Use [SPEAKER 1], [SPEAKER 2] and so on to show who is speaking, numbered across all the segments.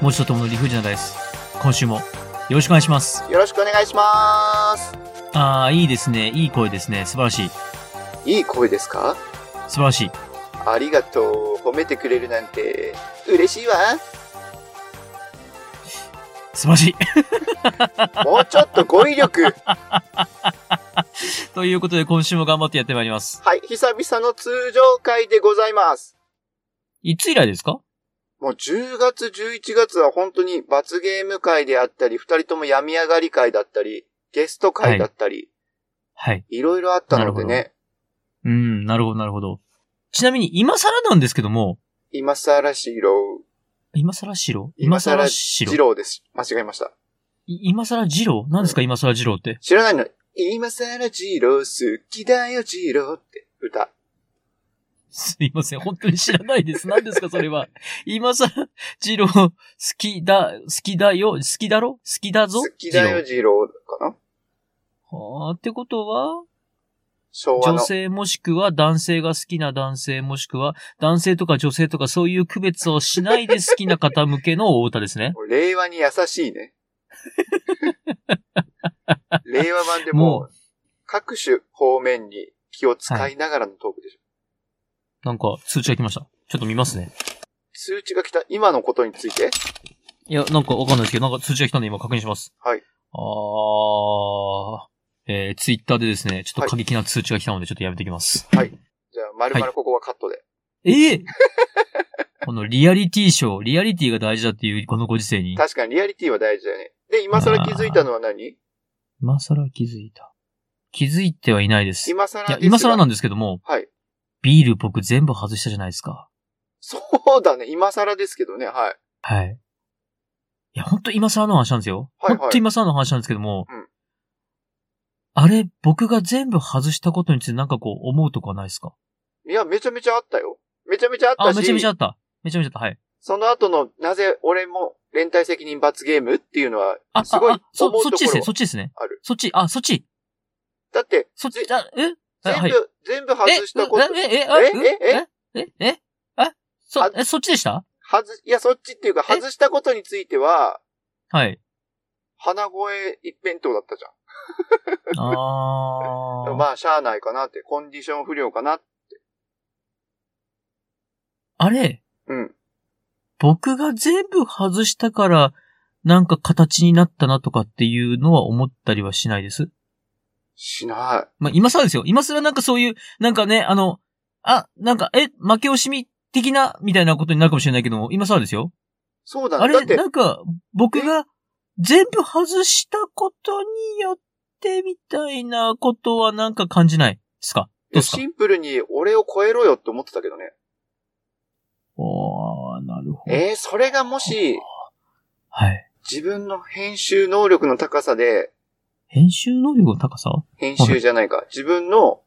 [SPEAKER 1] もちとともの理不尽なダイス。今週もよろしくお願いします。
[SPEAKER 2] よろしくお願いします。
[SPEAKER 1] ああ、いいですね。いい声ですね。素晴らしい。
[SPEAKER 2] いい声ですか
[SPEAKER 1] 素晴らしい。
[SPEAKER 2] ありがとう。褒めてくれるなんて、嬉しいわ。
[SPEAKER 1] 素晴らしい。
[SPEAKER 2] もうちょっと語彙 力。
[SPEAKER 1] ということで今週も頑張ってやってまいります。
[SPEAKER 2] はい、久々の通常会でございます。
[SPEAKER 1] いつ以来ですか
[SPEAKER 2] もう10月、11月は本当に罰ゲーム会であったり、二人とも病み上がり会だったり、ゲスト会だったり、
[SPEAKER 1] はい。
[SPEAKER 2] い、ろいろあったので
[SPEAKER 1] な
[SPEAKER 2] ね、
[SPEAKER 1] うん、なるほど、なるほど。ちなみに今更なんですけども、
[SPEAKER 2] 今更しろ、
[SPEAKER 1] 今更白
[SPEAKER 2] 今更
[SPEAKER 1] 白
[SPEAKER 2] 二郎です。間違えました。
[SPEAKER 1] い今更二郎何ですか今更二郎って。
[SPEAKER 2] 知らないの今更二郎好きだよ二郎って歌。
[SPEAKER 1] すいません。本当に知らないです。何ですかそれは。 今更二郎、好きだ、好きだよ、好きだろ好きだぞ
[SPEAKER 2] 好きだよ二郎かな
[SPEAKER 1] 二郎はあ、ってことは、
[SPEAKER 2] 昭和
[SPEAKER 1] 女
[SPEAKER 2] の。
[SPEAKER 1] 性もしくは男性が好きな男性もしくは男性とか女性とかそういう区別をしないで好きな方向けのお歌です ね。
[SPEAKER 2] 令和に優し いね。令和版でも
[SPEAKER 1] も
[SPEAKER 2] う、各種方面に気を使いながらのトークでしょ。
[SPEAKER 1] なんか通知が来ました。ちょっと見ますね。
[SPEAKER 2] 通知が来た今のことについて、
[SPEAKER 1] いや、なんかわかんないですけど、なんか通知が来たんで今確認します。
[SPEAKER 2] はい。
[SPEAKER 1] あー。えー、ツイッターでですね、ちょっと過激な通知が来たので、ちょっとやめてき ます。
[SPEAKER 2] じゃあ、まるまるここはカットで。
[SPEAKER 1] ええこのリアリティショー、リアリティが大事だっていう、このご時世に。
[SPEAKER 2] 確かにリアリティは大事だよね。で、今更気づいたのは何
[SPEAKER 1] 今更気づいた。気づいてはいないです。い
[SPEAKER 2] 今更
[SPEAKER 1] や、今更なんんですけども、
[SPEAKER 2] はい。
[SPEAKER 1] ビール僕全部外したじゃないですか。
[SPEAKER 2] そうだね。今更ですけどね。はい。
[SPEAKER 1] はい。いや、ほんと今更の話なんですよ。
[SPEAKER 2] はいはい
[SPEAKER 1] ほんと今更の話なんですけども、
[SPEAKER 2] うん
[SPEAKER 1] あれ、僕が全部外したことについてなんかこう思うとこはないですか
[SPEAKER 2] いや、めちゃめちゃあったよ。めちゃめちゃあった
[SPEAKER 1] あ、
[SPEAKER 2] し、
[SPEAKER 1] めちゃめちゃあった。めちゃめちゃあった。はい。
[SPEAKER 2] その後の、なぜ俺も連帯責任罰ゲームっていうのは、
[SPEAKER 1] あ、
[SPEAKER 2] すごい
[SPEAKER 1] ああそ
[SPEAKER 2] 思うところは
[SPEAKER 1] そっちですね、そっちですね。
[SPEAKER 2] ある
[SPEAKER 1] そっち、あ、そっち、
[SPEAKER 2] だって、
[SPEAKER 1] そっち
[SPEAKER 2] ぜ、
[SPEAKER 1] あ、えあ
[SPEAKER 2] 全
[SPEAKER 1] は
[SPEAKER 2] 部、
[SPEAKER 1] い
[SPEAKER 2] 全部外したこと
[SPEAKER 1] え、、え、え、あ
[SPEAKER 2] え
[SPEAKER 1] え、え、え、え、え、そ
[SPEAKER 2] あ、
[SPEAKER 1] え、そっちでした
[SPEAKER 2] 外し、いや、そっちっていうか、
[SPEAKER 1] え
[SPEAKER 2] 外したことについては、
[SPEAKER 1] はい。
[SPEAKER 2] 鼻声一辺倒だったじ
[SPEAKER 1] あ
[SPEAKER 2] ゃん。
[SPEAKER 1] ー。
[SPEAKER 2] まあ、しゃあないかなって、コンディション不良かな。
[SPEAKER 1] あれ、
[SPEAKER 2] うん。
[SPEAKER 1] 僕が全部外したから、なんか形になったなとかっていうのは思ったりはしないです。
[SPEAKER 2] しな
[SPEAKER 1] まあ、今更ですよ。今更なんかそういう、なんかね、あの、あ、なんか、え、負け惜しみ的な、みたいなことになるかもしれないけども、今更ですよ。
[SPEAKER 2] い。そうだ
[SPEAKER 1] あ
[SPEAKER 2] ね。だっ
[SPEAKER 1] れ、
[SPEAKER 2] て、
[SPEAKER 1] なんか、僕が全部外したことによって、みたいなことはなんか感じないですかどうですか
[SPEAKER 2] シンプルに俺を超えろよって思ってたけどね。
[SPEAKER 1] おー、なるほど。
[SPEAKER 2] えー、それがもし、
[SPEAKER 1] はい。
[SPEAKER 2] 自分の編集能力の高さで、
[SPEAKER 1] 編集能力の高さ
[SPEAKER 2] 編集じゃないか、自分の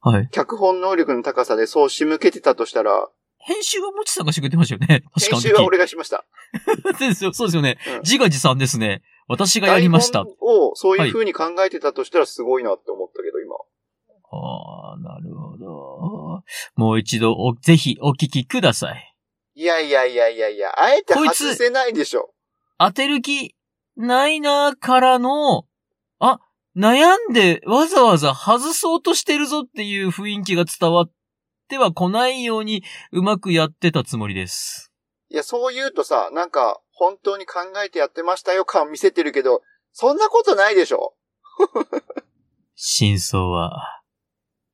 [SPEAKER 1] はい。
[SPEAKER 2] 脚本能力の高さでそう仕向けてたとしたら、
[SPEAKER 1] 編集はもちさんがしてくれてましたよね。確か
[SPEAKER 2] 編
[SPEAKER 1] に。
[SPEAKER 2] 集は俺がしました。
[SPEAKER 1] です よ。そうですよね
[SPEAKER 2] うん。
[SPEAKER 1] 自画自賛ですね。私がやりました
[SPEAKER 2] 台。本をそういう風に考えてたとしたらすごいなって思ったけど、今。
[SPEAKER 1] ああ、なるほど。もう一度お、ぜひお聞きください。
[SPEAKER 2] いやいやいやいやいや、あえて
[SPEAKER 1] こい
[SPEAKER 2] 外
[SPEAKER 1] つ
[SPEAKER 2] せないでしょ。
[SPEAKER 1] 当てる気ないなーからの、あ、悩んでわざわざ外そうとしてるぞっていう雰囲気が伝わっては来ないようにうまくやってたつもりです。
[SPEAKER 2] いや、そう言うとさ、なんか、本当に考えてやってましたよ感見せてるけど、そんなことないでしょ
[SPEAKER 1] 真相は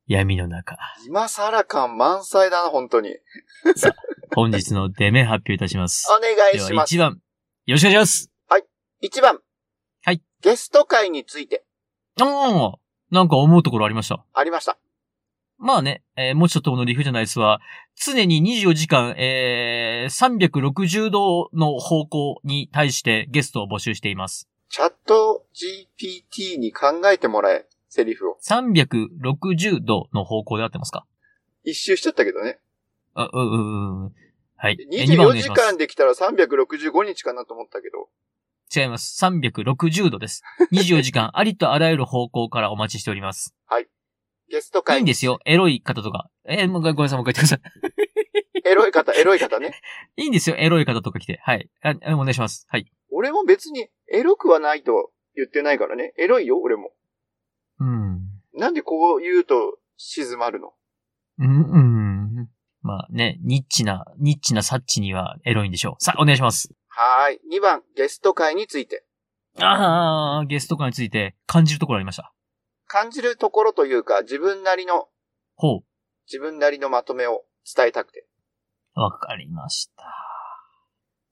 [SPEAKER 1] 闇の中。
[SPEAKER 2] 今更感満載だな、本当に。
[SPEAKER 1] 本日の出目発表いたします。
[SPEAKER 2] お願い
[SPEAKER 1] では
[SPEAKER 2] します。
[SPEAKER 1] 1番、よろしくお願いします。
[SPEAKER 2] 1番。
[SPEAKER 1] はい。
[SPEAKER 2] ゲスト会について、
[SPEAKER 1] おーなんか思うところありました。
[SPEAKER 2] ありました。
[SPEAKER 1] まあね、えー、もちとともの理不じゃないですは、常に24時間、えー、360度の方向に対してゲストを募集しています。
[SPEAKER 2] チャット GPT に考えてもらえ、セリフを。
[SPEAKER 1] 360度の方向で合ってますか
[SPEAKER 2] 一周しちゃったけどね。
[SPEAKER 1] あ、う、う、う、うはい。えー二番お
[SPEAKER 2] 24
[SPEAKER 1] 願い
[SPEAKER 2] 時
[SPEAKER 1] します
[SPEAKER 2] 間できたら365日かなと思ったけど。
[SPEAKER 1] 違います。360度です。24時間、あ りとあらゆる方向からお待ちしております。
[SPEAKER 2] ゲスト
[SPEAKER 1] い
[SPEAKER 2] 会
[SPEAKER 1] いんですよ。エロい方とか。えーもうごめんなさい、もう一回言ってください。
[SPEAKER 2] エロい方、エロい方ね。
[SPEAKER 1] いいんですよ。エロい方とか来て。はい。あ、あお願いします。はい。
[SPEAKER 2] 俺も別にエロくはないと言ってないからね。エロいよ、俺も。
[SPEAKER 1] うん。
[SPEAKER 2] なんでこう言うと静まるの
[SPEAKER 1] うん、うん。まあね、ニッチな、ニッチなサッチにはエロいんでしょう。さあ、お願いします。
[SPEAKER 2] はーい。2番、ゲスト会について。
[SPEAKER 1] ああ、ゲスト感について感じるところありました。
[SPEAKER 2] 感じるところというか、自分なりの、
[SPEAKER 1] ほ
[SPEAKER 2] 自分なりのまとめを伝えたくて。
[SPEAKER 1] う。わかりました。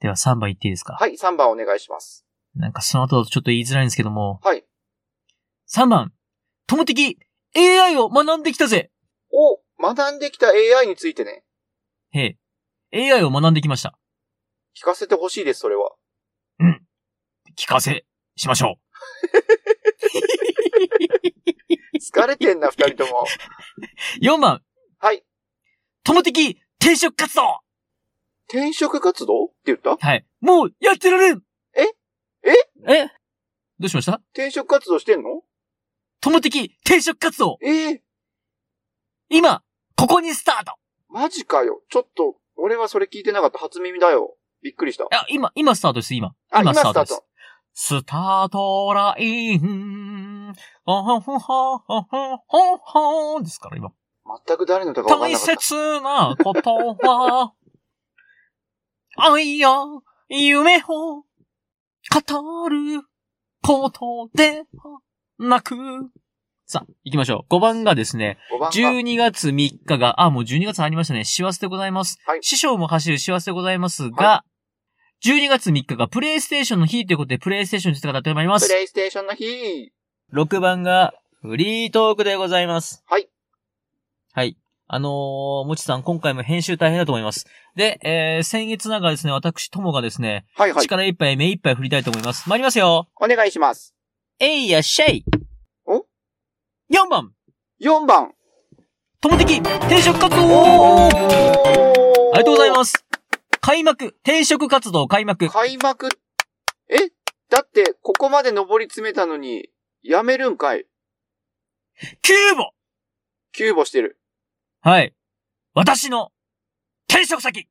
[SPEAKER 1] では3番いっていいですか
[SPEAKER 2] はい、3番お願いします。
[SPEAKER 1] なんかその後だとちょっと言いづらいんですけども。
[SPEAKER 2] はい。
[SPEAKER 1] 3番、友的 AI を学んできたぜ
[SPEAKER 2] お、学んできた AI についてね、
[SPEAKER 1] へえ。AI を学んできました。
[SPEAKER 2] 聞かせてほしいです、それは。
[SPEAKER 1] 聞かせ、しましょう。
[SPEAKER 2] 疲れてんな、二人とも。
[SPEAKER 1] 4番、
[SPEAKER 2] はい。
[SPEAKER 1] 友的転職活動
[SPEAKER 2] 転職活動って言った
[SPEAKER 1] はい。もうやってられん
[SPEAKER 2] え
[SPEAKER 1] ええどうしました
[SPEAKER 2] 転職活動してんの
[SPEAKER 1] 友的転職活動
[SPEAKER 2] ええ
[SPEAKER 1] 今、ここにスタート
[SPEAKER 2] マジかよ。ちょっと、俺はそれ聞いてなかった。初耳だよ。びっくりした。
[SPEAKER 1] あ、今、今スタートです、今。
[SPEAKER 2] あ、
[SPEAKER 1] 今
[SPEAKER 2] 今
[SPEAKER 1] スタート
[SPEAKER 2] スター
[SPEAKER 1] です
[SPEAKER 2] ト。
[SPEAKER 1] スタートライン。あほほほほほほほですから、今。
[SPEAKER 2] 全く誰の歌かわかん
[SPEAKER 1] 大
[SPEAKER 2] なかった。
[SPEAKER 1] 切なことは、愛や夢を語ることではなく。さあ、行きましょう。5番がですね、
[SPEAKER 2] 5番が。
[SPEAKER 1] 12月3日が、あ、もう12月ありましたね。師走でございます。
[SPEAKER 2] はい
[SPEAKER 1] 師匠も走る師走でございますが、12月3日がプレイステーションの日ということで、プレイステーションについて語ってまいりま
[SPEAKER 2] プ
[SPEAKER 1] す。
[SPEAKER 2] レイステーションの日。
[SPEAKER 1] 6番が、フリートークでございます。
[SPEAKER 2] はい。
[SPEAKER 1] はい。あのー、もちさん、今回も編集大変だと思います。で、えー、先月ながらですね、私、ともがですね、
[SPEAKER 2] はいはい。
[SPEAKER 1] 力いっぱい、目いっぱい振りたいと思います。参りますよ。
[SPEAKER 2] お願いします。
[SPEAKER 1] えいやっしゃい。
[SPEAKER 2] お
[SPEAKER 1] ?4 番、
[SPEAKER 2] 4番。
[SPEAKER 1] 友的、転職活
[SPEAKER 2] お
[SPEAKER 1] 動
[SPEAKER 2] ー
[SPEAKER 1] ありがとうございます。開幕、転職活動開幕。
[SPEAKER 2] 開幕。えだって、ここまで登り詰めたのに、やめるんかい
[SPEAKER 1] キューボ
[SPEAKER 2] 急募してる。
[SPEAKER 1] はい。私の転職先、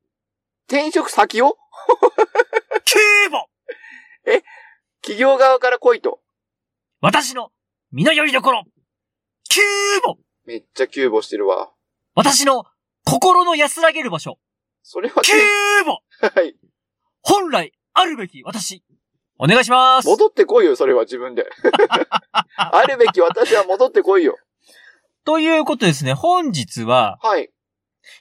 [SPEAKER 2] 転職先を
[SPEAKER 1] キューボ
[SPEAKER 2] 企業側から来いと。
[SPEAKER 1] 私の身のよりどころ、キューボ
[SPEAKER 2] めっちゃ急募してるわ。
[SPEAKER 1] 私の心の安らげる場所、
[SPEAKER 2] それは
[SPEAKER 1] キュ
[SPEAKER 2] ね、
[SPEAKER 1] ーボ
[SPEAKER 2] はい。
[SPEAKER 1] 本来あるべき私。お願いします。
[SPEAKER 2] 戻ってこいよ、それは自分 で。あるべき私は戻ってこいよ。
[SPEAKER 1] ということですね、本日は
[SPEAKER 2] はい。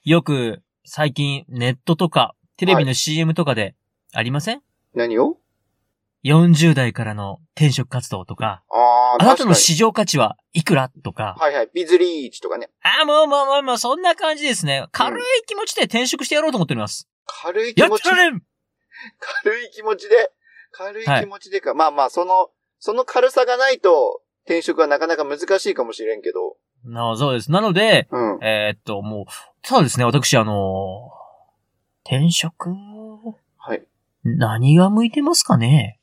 [SPEAKER 1] よく最近ネットとかテレビの CM とかでありません、
[SPEAKER 2] 何を
[SPEAKER 1] ?40 代からの転職活動とか、
[SPEAKER 2] ああ、
[SPEAKER 1] あなた
[SPEAKER 2] 確か
[SPEAKER 1] の
[SPEAKER 2] に。
[SPEAKER 1] 市場価値はいくらとか。
[SPEAKER 2] はいはい。ビズリーチとかね。
[SPEAKER 1] あー、もうもうもうもう、そんな感じですね。軽い気持ちで転職してやろうと思っております。
[SPEAKER 2] 軽い気
[SPEAKER 1] やっ
[SPEAKER 2] 持ち
[SPEAKER 1] て、られん
[SPEAKER 2] 軽い気持ちで、軽い気持ちでか。まあまあ、その、その軽さがないと、転職はなかなか難しいかもしれんけど。
[SPEAKER 1] なあ、そうです。なので、
[SPEAKER 2] うん。
[SPEAKER 1] えーっと、もう、そうですね、私、あのー転職、
[SPEAKER 2] はい。
[SPEAKER 1] 何が向いてますかね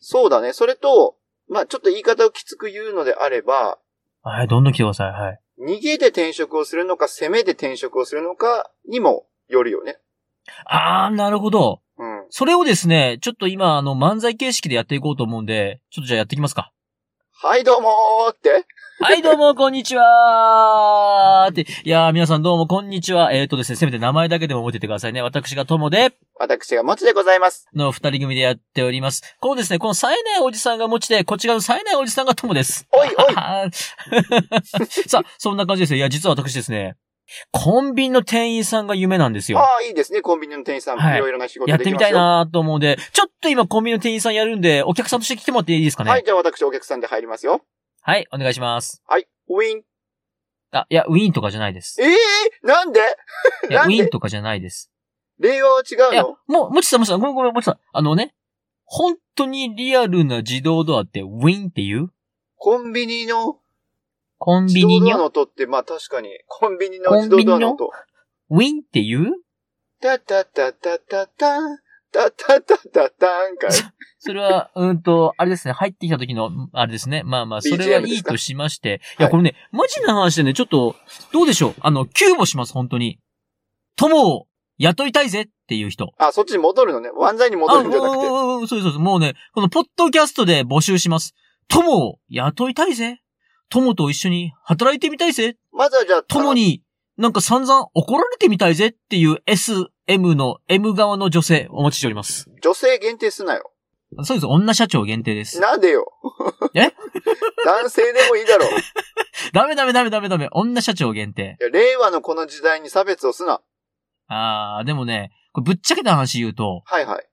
[SPEAKER 2] そうだね。それと、まあちょっと言い方をきつく言うのであれば、
[SPEAKER 1] はい、どんどん来てください、はい。
[SPEAKER 2] 逃げで転職をするのか、攻めで転職をするのかにもよるよね。
[SPEAKER 1] あー、なるほど。
[SPEAKER 2] うん。
[SPEAKER 1] それをですね、ちょっと今、あの、漫才形式でやっていこうと思うんで、ちょっとじゃあやっていきますか。
[SPEAKER 2] はい、どうもーって。
[SPEAKER 1] はい、どうも、こんにちはーって。いやー、皆さんどうも、こんにちは。えーっとですね、せめて名前だけでも覚えておいてくださいね。私が友で、
[SPEAKER 2] 私がもちでございます。
[SPEAKER 1] の二人組でやっております。このですね、この冴えないおじさんが持ちで、こっち側の冴えないおじさんが友です。
[SPEAKER 2] おいおい
[SPEAKER 1] さあ、そんな感じですよ。いや、実は私ですね、コンビニの店員さんが夢なんですよ。
[SPEAKER 2] ああ、いいですね。コンビニの店員さん、
[SPEAKER 1] はい
[SPEAKER 2] い、ろいろな仕事
[SPEAKER 1] やっ
[SPEAKER 2] で
[SPEAKER 1] て
[SPEAKER 2] き
[SPEAKER 1] み
[SPEAKER 2] ますよ。
[SPEAKER 1] たいなと思うんで、ちょっと今コンビニの店員さんやるんで、お客さんとして来てもらっていいですかね。
[SPEAKER 2] はい、じゃあ私お客さんで入りますよ。
[SPEAKER 1] はい、お願いします。
[SPEAKER 2] はい、ウィン。
[SPEAKER 1] あ、いや、ウィーンとかじゃないです。
[SPEAKER 2] ええなんで
[SPEAKER 1] いや、
[SPEAKER 2] な
[SPEAKER 1] ウ
[SPEAKER 2] んで
[SPEAKER 1] ィーンとかじゃないです。
[SPEAKER 2] 令和は違
[SPEAKER 1] いうや
[SPEAKER 2] の、
[SPEAKER 1] もう、もちさん、もちさん、ごめんごめん、もちさん。あのね、本当にリアルな自動ドアって、ウィーンって言う
[SPEAKER 2] コンビニの
[SPEAKER 1] コン
[SPEAKER 2] 自
[SPEAKER 1] ビ
[SPEAKER 2] 動
[SPEAKER 1] ニに
[SPEAKER 2] ドア
[SPEAKER 1] ゃ
[SPEAKER 2] の音って、まあ確かに、コンビニの自動ドアの音。
[SPEAKER 1] ウィーンって言う
[SPEAKER 2] タタタタタタン、タタタタタンかい。
[SPEAKER 1] それは、 うんと、あれですね、入ってきた時の、あれですね。まあまあ、それはい
[SPEAKER 2] BGM で
[SPEAKER 1] い
[SPEAKER 2] すか
[SPEAKER 1] としまして。い
[SPEAKER 2] はい
[SPEAKER 1] や、これね、マジな話でね、ちょっと、どうでしょうあの、急募します、本当に。友を雇いたいぜっていう人。
[SPEAKER 2] あ、そっちに戻るのね。万歳に戻るんじゃなくて。
[SPEAKER 1] あ、うううそうそうそう。もうね、このポッドキャストで募集します。友を雇いたいぜ。友と一緒に働いてみたいぜ。
[SPEAKER 2] まずはじゃあ、
[SPEAKER 1] 友になんか散々怒られてみたいぜっていう S、M の M 側の女性お待ちしております。
[SPEAKER 2] 女性限定すなよ。
[SPEAKER 1] そうです。女社長限定です。
[SPEAKER 2] なんでよ。
[SPEAKER 1] え
[SPEAKER 2] 男性でもいいだろう。い
[SPEAKER 1] ダメダメダメダメダメ。女社長限定。
[SPEAKER 2] や、令和のこの時代に差別をすな。
[SPEAKER 1] あー、でもね、これぶっちゃけた話言うと、
[SPEAKER 2] はいはい。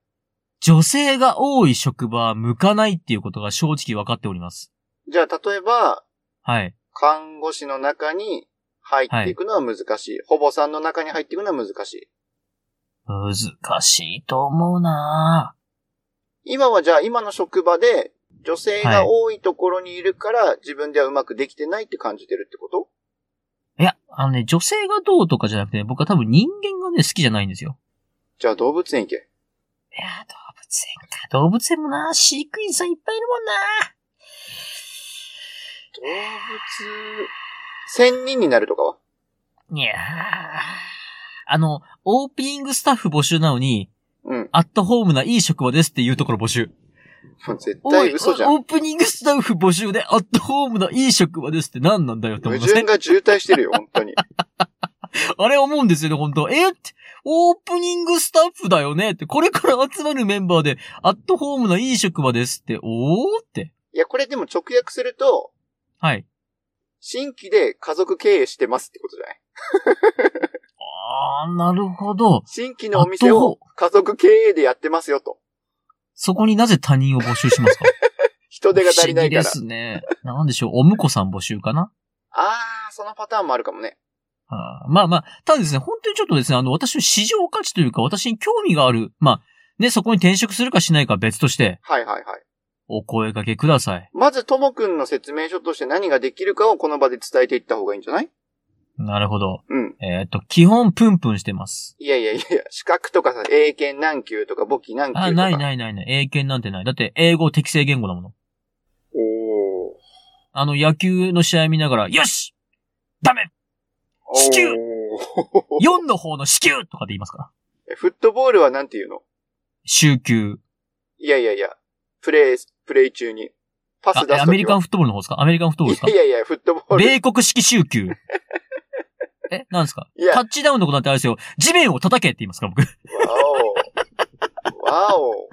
[SPEAKER 1] 女性が多い職場は向かないっていうことが正直分かっております。
[SPEAKER 2] じゃあ、例えば、
[SPEAKER 1] はい。
[SPEAKER 2] 看護師の中に入っていくのは難しい。保母さんの中に入っていくのは難しい。
[SPEAKER 1] 難しいと思うなぁ
[SPEAKER 2] 今はじゃあ、今の職場で、女性が多いところにいるから、自分ではうまくできてないって感じてるってこと
[SPEAKER 1] いや、あのね、女性がどうとかじゃなくて、僕は多分人間がね、好きじゃないんですよ。
[SPEAKER 2] じゃあ、動物園行け。
[SPEAKER 1] いやー、動物園か。動物園もな飼育員さんいっぱいいるもんな
[SPEAKER 2] 動物、千人になるとかはい
[SPEAKER 1] やー。あの、オープニングスタッフ募集なのに、
[SPEAKER 2] うん。
[SPEAKER 1] アットホームないい職場ですっていうところ募集。
[SPEAKER 2] もう絶
[SPEAKER 1] お
[SPEAKER 2] 対
[SPEAKER 1] い
[SPEAKER 2] 嘘じゃ
[SPEAKER 1] お
[SPEAKER 2] ん。
[SPEAKER 1] オープニングスタッフ募集でアットホームないい職場ですって何なんだよって思
[SPEAKER 2] 矛
[SPEAKER 1] います
[SPEAKER 2] 盾
[SPEAKER 1] ね。
[SPEAKER 2] が渋滞してるよ、本当に。
[SPEAKER 1] あれ思うんですよね、本当えってオープニングスタッフだよねって、これから集まるメンバーで、アットホームないい職場ですって、おーって。
[SPEAKER 2] いや、これでも直訳すると、
[SPEAKER 1] はい。
[SPEAKER 2] 新規で家族経営してますってことじゃない
[SPEAKER 1] あー、なるほど。
[SPEAKER 2] 新規のお店を家族経営でやってますよと。
[SPEAKER 1] そこになぜ他人を募集しますか
[SPEAKER 2] 人 手が足りない
[SPEAKER 1] 不思
[SPEAKER 2] から。
[SPEAKER 1] 議ですね。なんでしょう、お婿さん募集かな
[SPEAKER 2] あー、そのパターンもあるかもね。
[SPEAKER 1] あーまあまあ、ただですね、本当にちょっとですね、あの、私の市場価値というか、私に興味がある、まあ、ね、そこに転職するかしないかは別として、
[SPEAKER 2] はいはいはい。
[SPEAKER 1] お声掛けください。
[SPEAKER 2] まず、ともくんの説明書として何ができるかをこの場で伝えていった方がいいんじゃない
[SPEAKER 1] なるほど。
[SPEAKER 2] うん。
[SPEAKER 1] えーっと、基本プンプンしてます。
[SPEAKER 2] いやいやいやいや、資格とかさ、英検何級とか簿記何級とか。
[SPEAKER 1] あ、ない
[SPEAKER 2] い。
[SPEAKER 1] ないないない。英検なんてない。だって、英語適正言語だもの。
[SPEAKER 2] おー。
[SPEAKER 1] あの、野球の試合見ながら、よしダメ至急 !4 の方の支給とかで言いますから。
[SPEAKER 2] えフットボールはなんて言うの
[SPEAKER 1] 週休。
[SPEAKER 2] いやいやいや、プレイ、プレイ中に。パ
[SPEAKER 1] あ
[SPEAKER 2] ス出すときは
[SPEAKER 1] えアメリカンフットボールの方ですかアメリカンフットボールですか
[SPEAKER 2] いやいやいや、フットボール。
[SPEAKER 1] 米国式週 休。え、なんですか
[SPEAKER 2] いや
[SPEAKER 1] タッチダウンのことなんてあれですよ。地面を叩けって言いますから、僕。
[SPEAKER 2] わお。わお。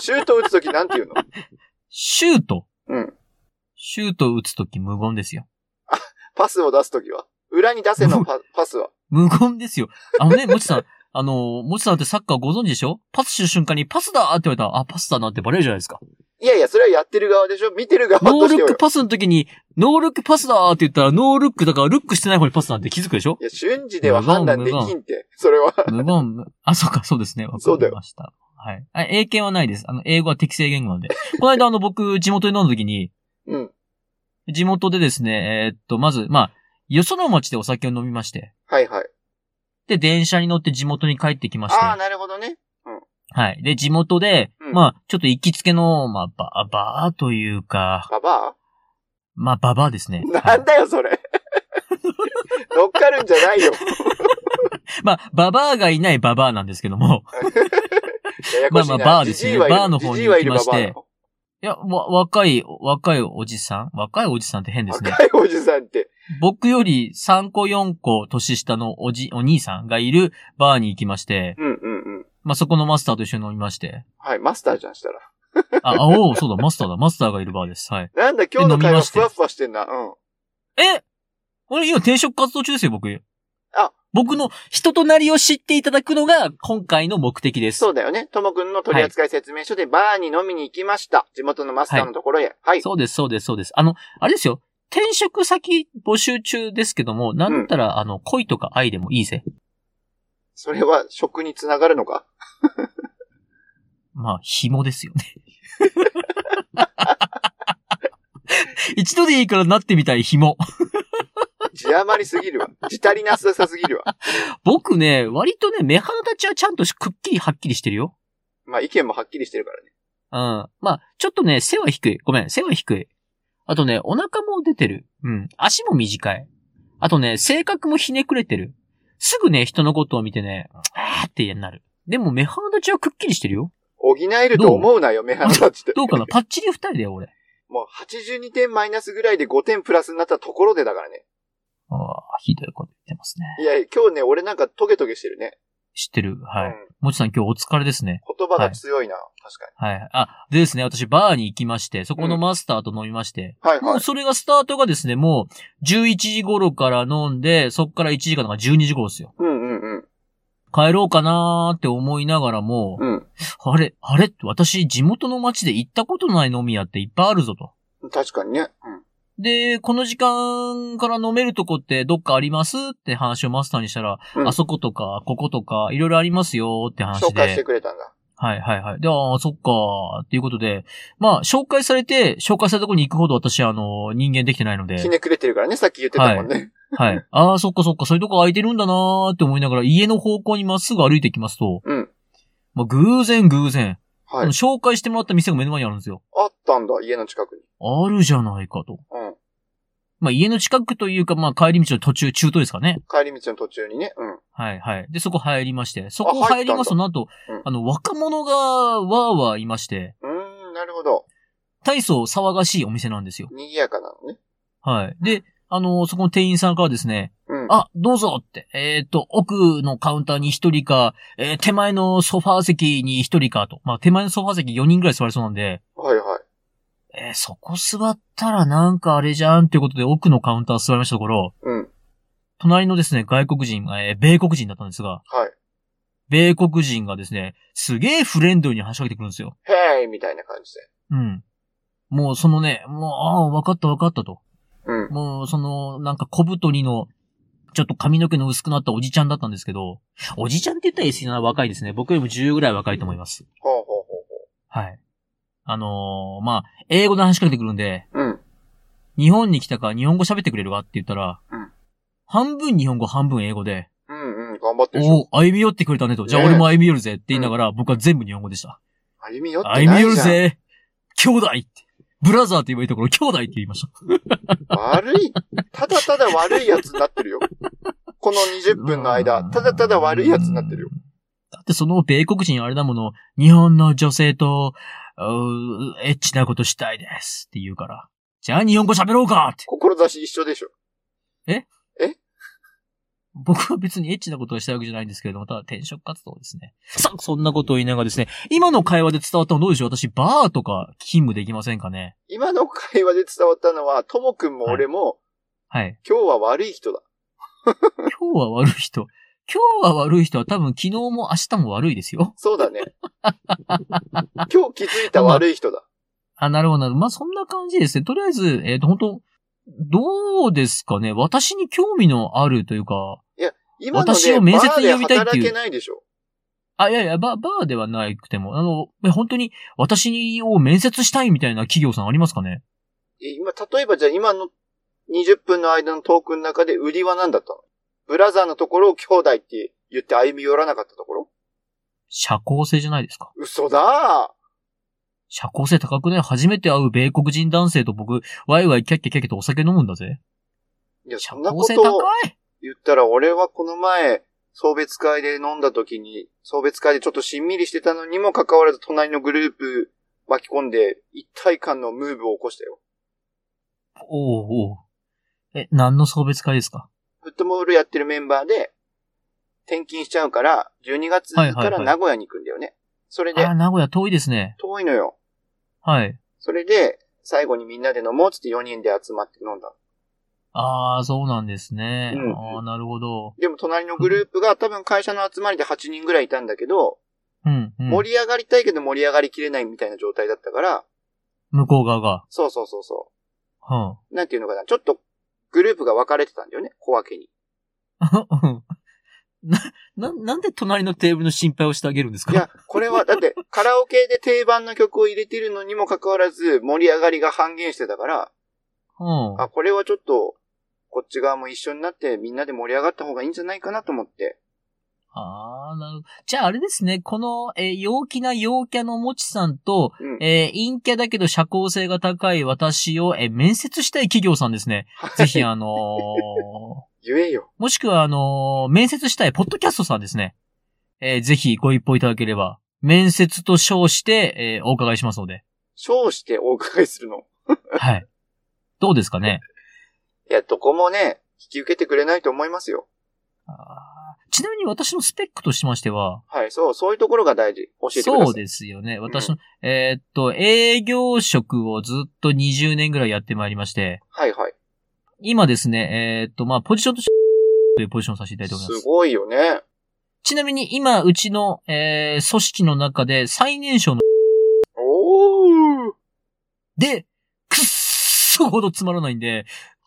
[SPEAKER 2] シュート打つときなんて言うの
[SPEAKER 1] シュート。
[SPEAKER 2] うん。
[SPEAKER 1] シュートを打つとき無言ですよ。
[SPEAKER 2] パスを出すときは。裏に出せの パパスは。
[SPEAKER 1] 無言ですよ。あのね、もちさん、 あの、もちさんってサッカーご存知でしょパスした瞬間にパスだーって言われたら、あ、パスだなってバレるじゃないですか。
[SPEAKER 2] いやいや、それはやってる側でしょ見てる側
[SPEAKER 1] ノ
[SPEAKER 2] と
[SPEAKER 1] ー
[SPEAKER 2] して
[SPEAKER 1] ルッ
[SPEAKER 2] は
[SPEAKER 1] ク
[SPEAKER 2] よ。
[SPEAKER 1] パスの時に、ノールックパスだーって言ったら、ノールックだからルックしてない方にパスなんて気づくでしょ
[SPEAKER 2] いや、瞬時では判断できんって。それは。
[SPEAKER 1] 無言、あ、そうか、そうですね。わか
[SPEAKER 2] そうだ
[SPEAKER 1] り
[SPEAKER 2] よ
[SPEAKER 1] ました。はい。あ英検はないです。あの、英語は適正言語なんで。この間、あの、僕、地元に飲んだ時に、
[SPEAKER 2] うん。
[SPEAKER 1] 地元でですね、えーっと、まず、まあ、よその町でお酒を飲みまして、
[SPEAKER 2] はいはい。
[SPEAKER 1] で、電車に乗って地元に帰ってきまして、
[SPEAKER 2] ああ、
[SPEAKER 1] は
[SPEAKER 2] なるほどね。
[SPEAKER 1] い。で、地元で、
[SPEAKER 2] うん
[SPEAKER 1] まあ、ちょっと行きつけの、まあ、ば、ばーというか、
[SPEAKER 2] ババ
[SPEAKER 1] まあ、ばばですね。
[SPEAKER 2] アなんだよ、それ。 乗っかるんじゃないよ。
[SPEAKER 1] まあ、ばばーがいないばばーなんですけども、
[SPEAKER 2] ややこしい
[SPEAKER 1] まあま
[SPEAKER 2] な
[SPEAKER 1] あバーですね
[SPEAKER 2] ジジイはいる
[SPEAKER 1] バーの方に
[SPEAKER 2] ジジイはいる
[SPEAKER 1] 行きまして
[SPEAKER 2] ババアの
[SPEAKER 1] いや、わ、若い、若いおじさん若いおじさんって変ですね。
[SPEAKER 2] 若いおじさんって。
[SPEAKER 1] 僕より3個4個年下のおじ、お兄さんがいるバーに行きまして、
[SPEAKER 2] うんうんうん。
[SPEAKER 1] まあ、そこのマスターと一緒に飲みまして。
[SPEAKER 2] はい、マスターじゃんしたら。
[SPEAKER 1] あ、あおう、そうだ、マスターだ、マスターがいるバーです。はい。
[SPEAKER 2] なんだ、今日の
[SPEAKER 1] 飲
[SPEAKER 2] 会
[SPEAKER 1] みま
[SPEAKER 2] 話
[SPEAKER 1] し
[SPEAKER 2] ふ
[SPEAKER 1] て
[SPEAKER 2] わふわしてんな。うん。
[SPEAKER 1] え俺今転職活動中ですよ、僕。
[SPEAKER 2] あ
[SPEAKER 1] 僕の人となりを知っていただくのが今回の目的です。
[SPEAKER 2] そうだよね。ともくんの取扱説明書でバーに飲みに行きました。地元のマスターのところへ。はい。
[SPEAKER 1] そうです、そうです、そうです。あの、あれですよ。転職先募集中ですけども、なんだったら、あの、恋とか愛でもいいぜ。
[SPEAKER 2] それは食につながるのか
[SPEAKER 1] まあ、紐ですよね。 一度でいいからなってみたい紐。
[SPEAKER 2] 字余りすぎるわ。字足りなさすぎるわ。
[SPEAKER 1] 僕ね、割とね、目鼻立ちはちゃんとしくっきりはっきりしてるよ。
[SPEAKER 2] まあ意見もはっきりしてるからね。
[SPEAKER 1] うん。まあ、ちょっとね、背は低い。ごめん、背は低い。あとね、お腹も出てる。うん。足も短い。あとね、性格もひねくれてる。すぐね、人のことを見てね、あーってなる。でも、目鼻立ちはくっきりしてるよ。
[SPEAKER 2] 補えると思うなよ、目鼻立ちって。
[SPEAKER 1] どうかなパッチリ二人だよ、俺。
[SPEAKER 2] もう82点マイナスぐらいで5点プラスになったところでだからね。
[SPEAKER 1] ああ、ひどいこと言ってますね。
[SPEAKER 2] いや、今日ね、俺なんかトゲトゲしてるね。
[SPEAKER 1] 知ってる。は
[SPEAKER 2] う
[SPEAKER 1] い。
[SPEAKER 2] ん
[SPEAKER 1] もちさん今日お疲れですね。
[SPEAKER 2] 言葉が強いな、確か
[SPEAKER 1] はい。あ、でですね、私バーに行きまして、そこのマスターと飲みまして、
[SPEAKER 2] に。はい
[SPEAKER 1] も
[SPEAKER 2] は
[SPEAKER 1] う
[SPEAKER 2] い。
[SPEAKER 1] それがスタートがですね、もう11時頃から飲んで、そっから1時間とか12時頃ですよ。
[SPEAKER 2] うんうんうん。
[SPEAKER 1] 帰ろうかなーって思いながらも、
[SPEAKER 2] うん。
[SPEAKER 1] あれ、あれ私地元の街で行ったことない飲み屋っていっぱいあるぞと。
[SPEAKER 2] 確かにね。
[SPEAKER 1] で、この時間から飲めるとこってどっかありますって話をマスターにしたら、
[SPEAKER 2] うん
[SPEAKER 1] あそことか、こことか、いろいろありますよーって
[SPEAKER 2] うん。
[SPEAKER 1] 話で。
[SPEAKER 2] 紹介してくれたんだ。
[SPEAKER 1] はいはいはい。で、ああ、そっかーっていうことで、まあ、紹介されて、紹介されたとこに行くほど私、あの、人間できてないので
[SPEAKER 2] ひ、ねくれてるからね、さっき言ってたもんね。
[SPEAKER 1] はい。ああ、そっかそっか、そういうとこ空いてるんだなーって思いながら、家の方向にまっすぐ歩いていきますと、
[SPEAKER 2] うん。
[SPEAKER 1] まあ、偶然偶然、
[SPEAKER 2] はい。
[SPEAKER 1] 紹介してもらった店が目の前にあるんですよ。
[SPEAKER 2] あったんだ、家の近くに。
[SPEAKER 1] あるじゃないかと。
[SPEAKER 2] うん。
[SPEAKER 1] まあ、家の近くというか、まあ、帰り道の途中、中途ですかね。
[SPEAKER 2] 帰り道の途中にね。うん。
[SPEAKER 1] はいはい。で、そこ入りまして、そこ
[SPEAKER 2] あ入
[SPEAKER 1] 入
[SPEAKER 2] ったんだ
[SPEAKER 1] りますと、なんと、
[SPEAKER 2] うん
[SPEAKER 1] あの、若者が、わーわーいまして、
[SPEAKER 2] うーん、なるほど。
[SPEAKER 1] 大層騒がしいお店なんですよ。
[SPEAKER 2] 賑やかなのね。
[SPEAKER 1] はい。で、あの、そこの店員さんからですね、
[SPEAKER 2] うん。
[SPEAKER 1] あ、どうぞって、えっ、と、奥のカウンターに一人か、えー手前のソファー席に一人かと。まあ、手前のソファー席4人ぐらい座れそうなんで、
[SPEAKER 2] はいはい。
[SPEAKER 1] えーそこ座ったらなんかあれじゃんっていうことで奥のカウンター座りましたところ、
[SPEAKER 2] うん。
[SPEAKER 1] 隣のですね、外国人、えー米国人だったんですが、
[SPEAKER 2] はい。
[SPEAKER 1] 米国人がですね、すげえフレンドリーに話しかけてくるんですよ。
[SPEAKER 2] へーいみたいな感じで。
[SPEAKER 1] うん。もうそのね、もう、ああ、わかったわかったと。
[SPEAKER 2] うん。
[SPEAKER 1] もう、その、なんか小太りの、ちょっと髪の毛の薄くなったおじちゃんだったんですけど、おじちゃんって言ったら S な若いですね。僕よりも10ぐらい若いと思います。
[SPEAKER 2] ほうほうほ
[SPEAKER 1] はい。あのーまあ、英語で話しかけてくるんで、
[SPEAKER 2] うほう。うん。
[SPEAKER 1] 日本に来たから日本語喋ってくれるわって言ったら、
[SPEAKER 2] うん
[SPEAKER 1] 半分日本語半分英語で、
[SPEAKER 2] うんうん、頑張ってるでしょ。
[SPEAKER 1] おお、歩み寄ってくれたねと。じゃあ
[SPEAKER 2] ねえ
[SPEAKER 1] 俺も歩み寄るぜって言いながら、僕は全部日本語でした。
[SPEAKER 2] 歩み寄ってないじゃん。
[SPEAKER 1] 歩み寄るぜ兄弟って。ブラザーって言えばいいところ、兄弟って言いました。
[SPEAKER 2] 悪い、ただただ悪いやつになって るよ。この20分の間、ただただ悪いやつになってるよ。
[SPEAKER 1] だってその米国人あれだもの、日本の女性と、うーエッチなことしたいですって言うから。じゃあ日本語喋ろうかって。
[SPEAKER 2] 志一緒でしょ。
[SPEAKER 1] 僕は別にエッチなことをしたいわけじゃないんですけれども、ただ転職活動ですね。さあ、そんなことを言いながらですね、今の会話で伝わったのどうでしょう私、バーとか勤務できませんかね
[SPEAKER 2] 今の会話で伝わったのは、ともくんも俺も、
[SPEAKER 1] はい。
[SPEAKER 2] 今日は悪い人だ。
[SPEAKER 1] 今日は悪い人。今日は悪い人は多分昨日も明日も悪いですよ。
[SPEAKER 2] そ うだね。今日気づいた悪い人だ。
[SPEAKER 1] あ、なるほど、なるほど。まあ、そんな感じですね。とりあえず、えっ、と、本当どうですかね私に興味のあるというか、
[SPEAKER 2] 今の
[SPEAKER 1] 私を
[SPEAKER 2] で、バ
[SPEAKER 1] 面接
[SPEAKER 2] ー
[SPEAKER 1] に
[SPEAKER 2] で
[SPEAKER 1] 呼びたいっていう
[SPEAKER 2] 働けないでしょ。
[SPEAKER 1] あ、いやいや、ババーではなくても、あの、え本当に私を面接したいみたいな企業さんありますかね
[SPEAKER 2] え今、例えばじゃあ今の20分の間のトークの中で売りは何だったのブラザーのところを兄弟って言って歩み寄らなかったところ
[SPEAKER 1] 社交性じゃないですか。
[SPEAKER 2] 嘘だ
[SPEAKER 1] 社交性高くね初めて会う米国人男性と僕、ワイワイキャッキャキャッキャとお酒飲むんだぜ。
[SPEAKER 2] ーいや、
[SPEAKER 1] 社
[SPEAKER 2] そんな
[SPEAKER 1] 交
[SPEAKER 2] こ
[SPEAKER 1] 性
[SPEAKER 2] と
[SPEAKER 1] 高
[SPEAKER 2] を
[SPEAKER 1] い
[SPEAKER 2] 言ったら、俺はこの前、送別会で飲んだ時に、送別会でちょっとしんみりしてたのにもかかわらず隣のグループ巻き込んで、一体感のムーブを起こしたよ。
[SPEAKER 1] おうおう。え、何の送別会ですか
[SPEAKER 2] フットボールやってるメンバーで、転勤しちゃうから、12月
[SPEAKER 1] はいはい
[SPEAKER 2] か
[SPEAKER 1] はい
[SPEAKER 2] ら名古屋に行くんだよね。それで
[SPEAKER 1] あ、、名古屋遠いですね。
[SPEAKER 2] 遠いのよ。
[SPEAKER 1] はい。
[SPEAKER 2] それで、最後にみんなで飲もうっつって4人で集まって飲んだ。
[SPEAKER 1] ああ、そうなんですね。
[SPEAKER 2] うん
[SPEAKER 1] ああ、なるほど。
[SPEAKER 2] でも隣のグループが多分会社の集まりで8人ぐらいいたんだけど、
[SPEAKER 1] うん、うん。
[SPEAKER 2] 盛り上がりたいけど盛り上がりきれないみたいな状態だったから、
[SPEAKER 1] 向こう側が。
[SPEAKER 2] そうそうそうそ
[SPEAKER 1] うん。
[SPEAKER 2] う。なんていうのかな、ちょっとグループが分かれてたんだよね、小分けに。
[SPEAKER 1] うんな、な、なんで隣のテーブルの心配をしてあげるんですか
[SPEAKER 2] いや、これは だってカラオケで定番の曲を入れてるのにもかかわらず盛り上がりが半減してたから、
[SPEAKER 1] うん。
[SPEAKER 2] あ、これはちょっと、こっち側も一緒になってみんなで盛り上がった方がいいんじゃないかなと思って。
[SPEAKER 1] ああ、なるほど。じゃああれですね、この、えー陽気な陽キャのもちさんと、
[SPEAKER 2] うん。
[SPEAKER 1] えー陰キャだけど社交性 が高い私を、えー面接したい企業さんですね。ぜひ、あのー
[SPEAKER 2] 言えよ。
[SPEAKER 1] もしくは、あのー面接したい、ポッドキャストさんですね。えーぜひご一報いただければ、面接と称して、えーお伺いしますので。
[SPEAKER 2] 賞してお伺いするの。
[SPEAKER 1] はい。どうですかね
[SPEAKER 2] いや、どこもね、引き受けてくれないと思いますよ。
[SPEAKER 1] あーちなみに私のスペックとしましては、
[SPEAKER 2] はい、そう、そういうところが大事。教えてください。
[SPEAKER 1] そうですよね。私の、えーっと、営業職をずっと20年ぐらいやってまいりまして、
[SPEAKER 2] はいはい。
[SPEAKER 1] 今ですね、えーっと、まあ、ポジションとして、というポジションをさせていただいております
[SPEAKER 2] す。ごいよね。
[SPEAKER 1] ちなみに今、うちの、えー組織の中で最年少の、
[SPEAKER 2] おー。
[SPEAKER 1] で、くっそほどつまらないんで、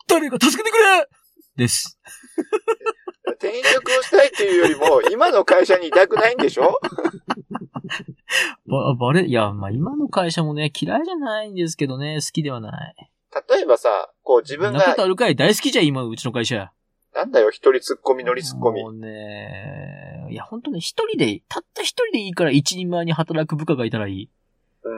[SPEAKER 1] 誰か助けてくれです。
[SPEAKER 2] 転職をしたいっていうよりも、 今の会社にいたくないんでしょ
[SPEAKER 1] ば、ばれ、いや、まあ、今の会社もね、嫌いじゃないんですけどね、好きではない。
[SPEAKER 2] 例えばさ、こう自
[SPEAKER 1] そ
[SPEAKER 2] 分
[SPEAKER 1] んなこ
[SPEAKER 2] が
[SPEAKER 1] と、あるかい大好きじゃん、今、うちの会社。
[SPEAKER 2] なんだよ、一人突っ込み乗り突っ込み
[SPEAKER 1] も。うね、いや、本当ね、一人で、たった一人でいいから一人前に働く部下がいたらいい。
[SPEAKER 2] うーん、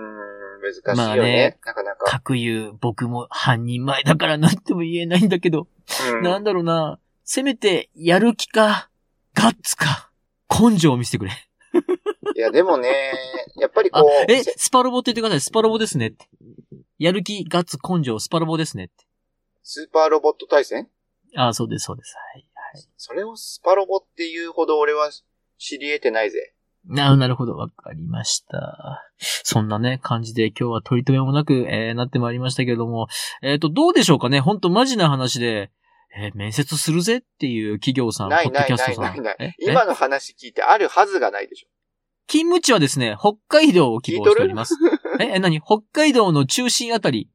[SPEAKER 2] 難しい
[SPEAKER 1] まあ
[SPEAKER 2] よね
[SPEAKER 1] ね、
[SPEAKER 2] なかなか。
[SPEAKER 1] 各言う、僕も半人前だからなんとも言えないんだけど、
[SPEAKER 2] うん、
[SPEAKER 1] なんだろうな、せめて、やる気か、ガッツか、根性を見せてくれ。
[SPEAKER 2] いや、でもね、やっぱりこ
[SPEAKER 1] あ
[SPEAKER 2] う、、
[SPEAKER 1] え、スパロボって言ってください。スパロボですねって。やる気、ガッツ、根性、スパロボですねって。
[SPEAKER 2] スーパーロボット対戦
[SPEAKER 1] あ、そうです、そうです。はい。
[SPEAKER 2] それをスパロボっていうほど俺は知り得てないぜ。
[SPEAKER 1] な、なるほど。わかりました。そんなね、感じで今日は取り留めもなく、えーなってまいりましたけれども、えっ、と、どうでしょうかねほんとマジな話で、えー面接するぜっていう企業さん、
[SPEAKER 2] ない
[SPEAKER 1] ポッド
[SPEAKER 2] ない
[SPEAKER 1] キャス
[SPEAKER 2] な
[SPEAKER 1] ト
[SPEAKER 2] い
[SPEAKER 1] さん。
[SPEAKER 2] ないない
[SPEAKER 1] え。え
[SPEAKER 2] 今の話聞いてあるはずがないでしょ。
[SPEAKER 1] 勤務地はですね、北海道を希望しております。え、え、何北海道の中心あたり。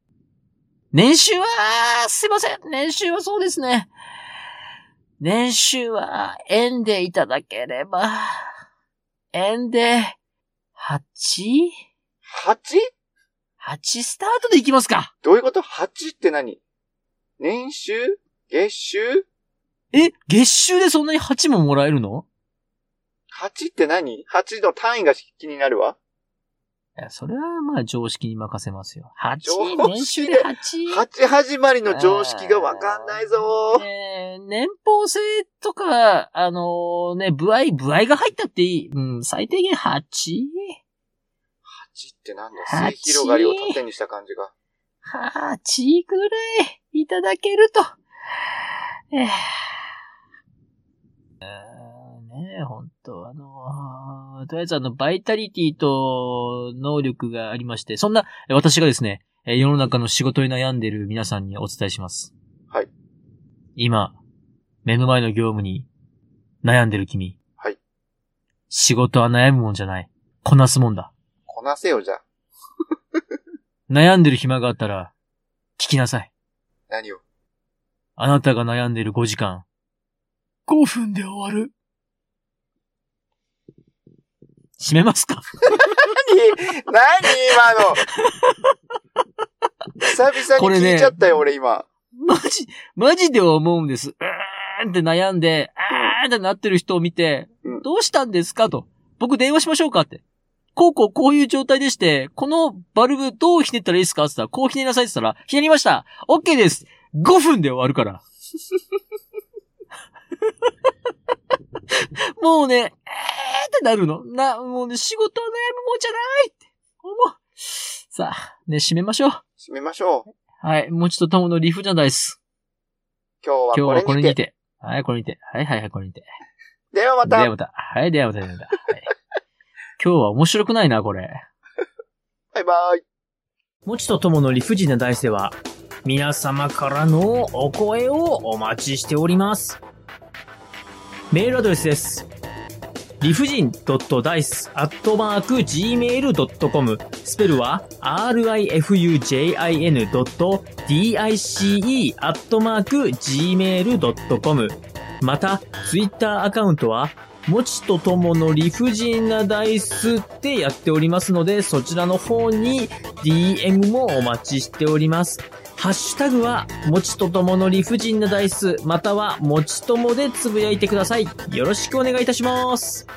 [SPEAKER 1] 年収は、すいません。年収はそうですね。年収は、円でいただければ、円で、8?
[SPEAKER 2] 8?
[SPEAKER 1] 8スタートでいきますか。
[SPEAKER 2] どういうこと ?8 って何年収月収
[SPEAKER 1] え、月収でそんなに8ももらえるの
[SPEAKER 2] ?8 って何 ?8 の単位が気になるわ。
[SPEAKER 1] いや、それはまあ常識に任せますよ。
[SPEAKER 2] 常識
[SPEAKER 1] 8、
[SPEAKER 2] で
[SPEAKER 1] 年収で 8?
[SPEAKER 2] 8始まりの常識がわかんないぞー。
[SPEAKER 1] えー年俸制とか、あのね、部合、部合が入ったっていい。うん、最低限 8?
[SPEAKER 2] 8ってなんだ
[SPEAKER 1] 8
[SPEAKER 2] 末広がりを縦にした感じが。
[SPEAKER 1] 8ぐらいいただけると。えーあーね本当あのーとりあえずあの、バイタリティと能力がありまして、そんな、え私がですね、え世の中の仕事に悩んでいる皆さんにお伝えします。
[SPEAKER 2] はい。
[SPEAKER 1] 今、目の前の業務に悩んでる君。
[SPEAKER 2] はい。
[SPEAKER 1] 仕事は悩むもんじゃない。こなすもんだ。
[SPEAKER 2] こなせよ、じゃあ。
[SPEAKER 1] 悩んでる暇があったら、聞きなさい。
[SPEAKER 2] 何を。
[SPEAKER 1] あなたが悩んでる5時間。5分で終わる。閉めますか
[SPEAKER 2] 何何今の久
[SPEAKER 1] これ
[SPEAKER 2] 々に
[SPEAKER 1] ね
[SPEAKER 2] 聞いちゃったよ、俺今。
[SPEAKER 1] マジ、マジで思うんです。うーんって悩んで、うーんってなってる人を見て
[SPEAKER 2] うん、
[SPEAKER 1] どうしたんですかと。僕電話しましょうかって。こうこうこういう状態でして、このバルブどうひねったらいいですかって言ったら、こうひねりなさいって言ったら、ひねりました !OK です !5 分で終わるから。 もうね、えーってなるの。な、もうね、仕事は悩むもんじゃないって思う。さあ、ね、締めましょう。
[SPEAKER 2] 締めましょう。
[SPEAKER 1] はい、もうちょっと友のリフじゃないです。
[SPEAKER 2] 今日
[SPEAKER 1] 今日
[SPEAKER 2] は
[SPEAKER 1] は
[SPEAKER 2] こ
[SPEAKER 1] こ
[SPEAKER 2] れ
[SPEAKER 1] れ
[SPEAKER 2] に
[SPEAKER 1] に
[SPEAKER 2] て。
[SPEAKER 1] て。はい、これにて。はい、はい、はい、これにて。
[SPEAKER 2] ではま
[SPEAKER 1] では
[SPEAKER 2] た。
[SPEAKER 1] また。はい、ではまた、ではまた。はい、今日は面白くないな、これ。
[SPEAKER 2] バイバイ。
[SPEAKER 1] もちとともの理不尽な大世は、皆様からのお声をお待ちしております。メールアドレスです。理不尽 .dice.gmail.com スペルは rifujin.dice.gmail.com また、ツイッターアカウントは、もちとともの理不尽なダイスってやっておりますので、そちらの方に DM もお待ちしております。ハッシュタグは、もちとともの理不尽なダイス、または、もちともでつぶやいてください。よろしくお願いいたします。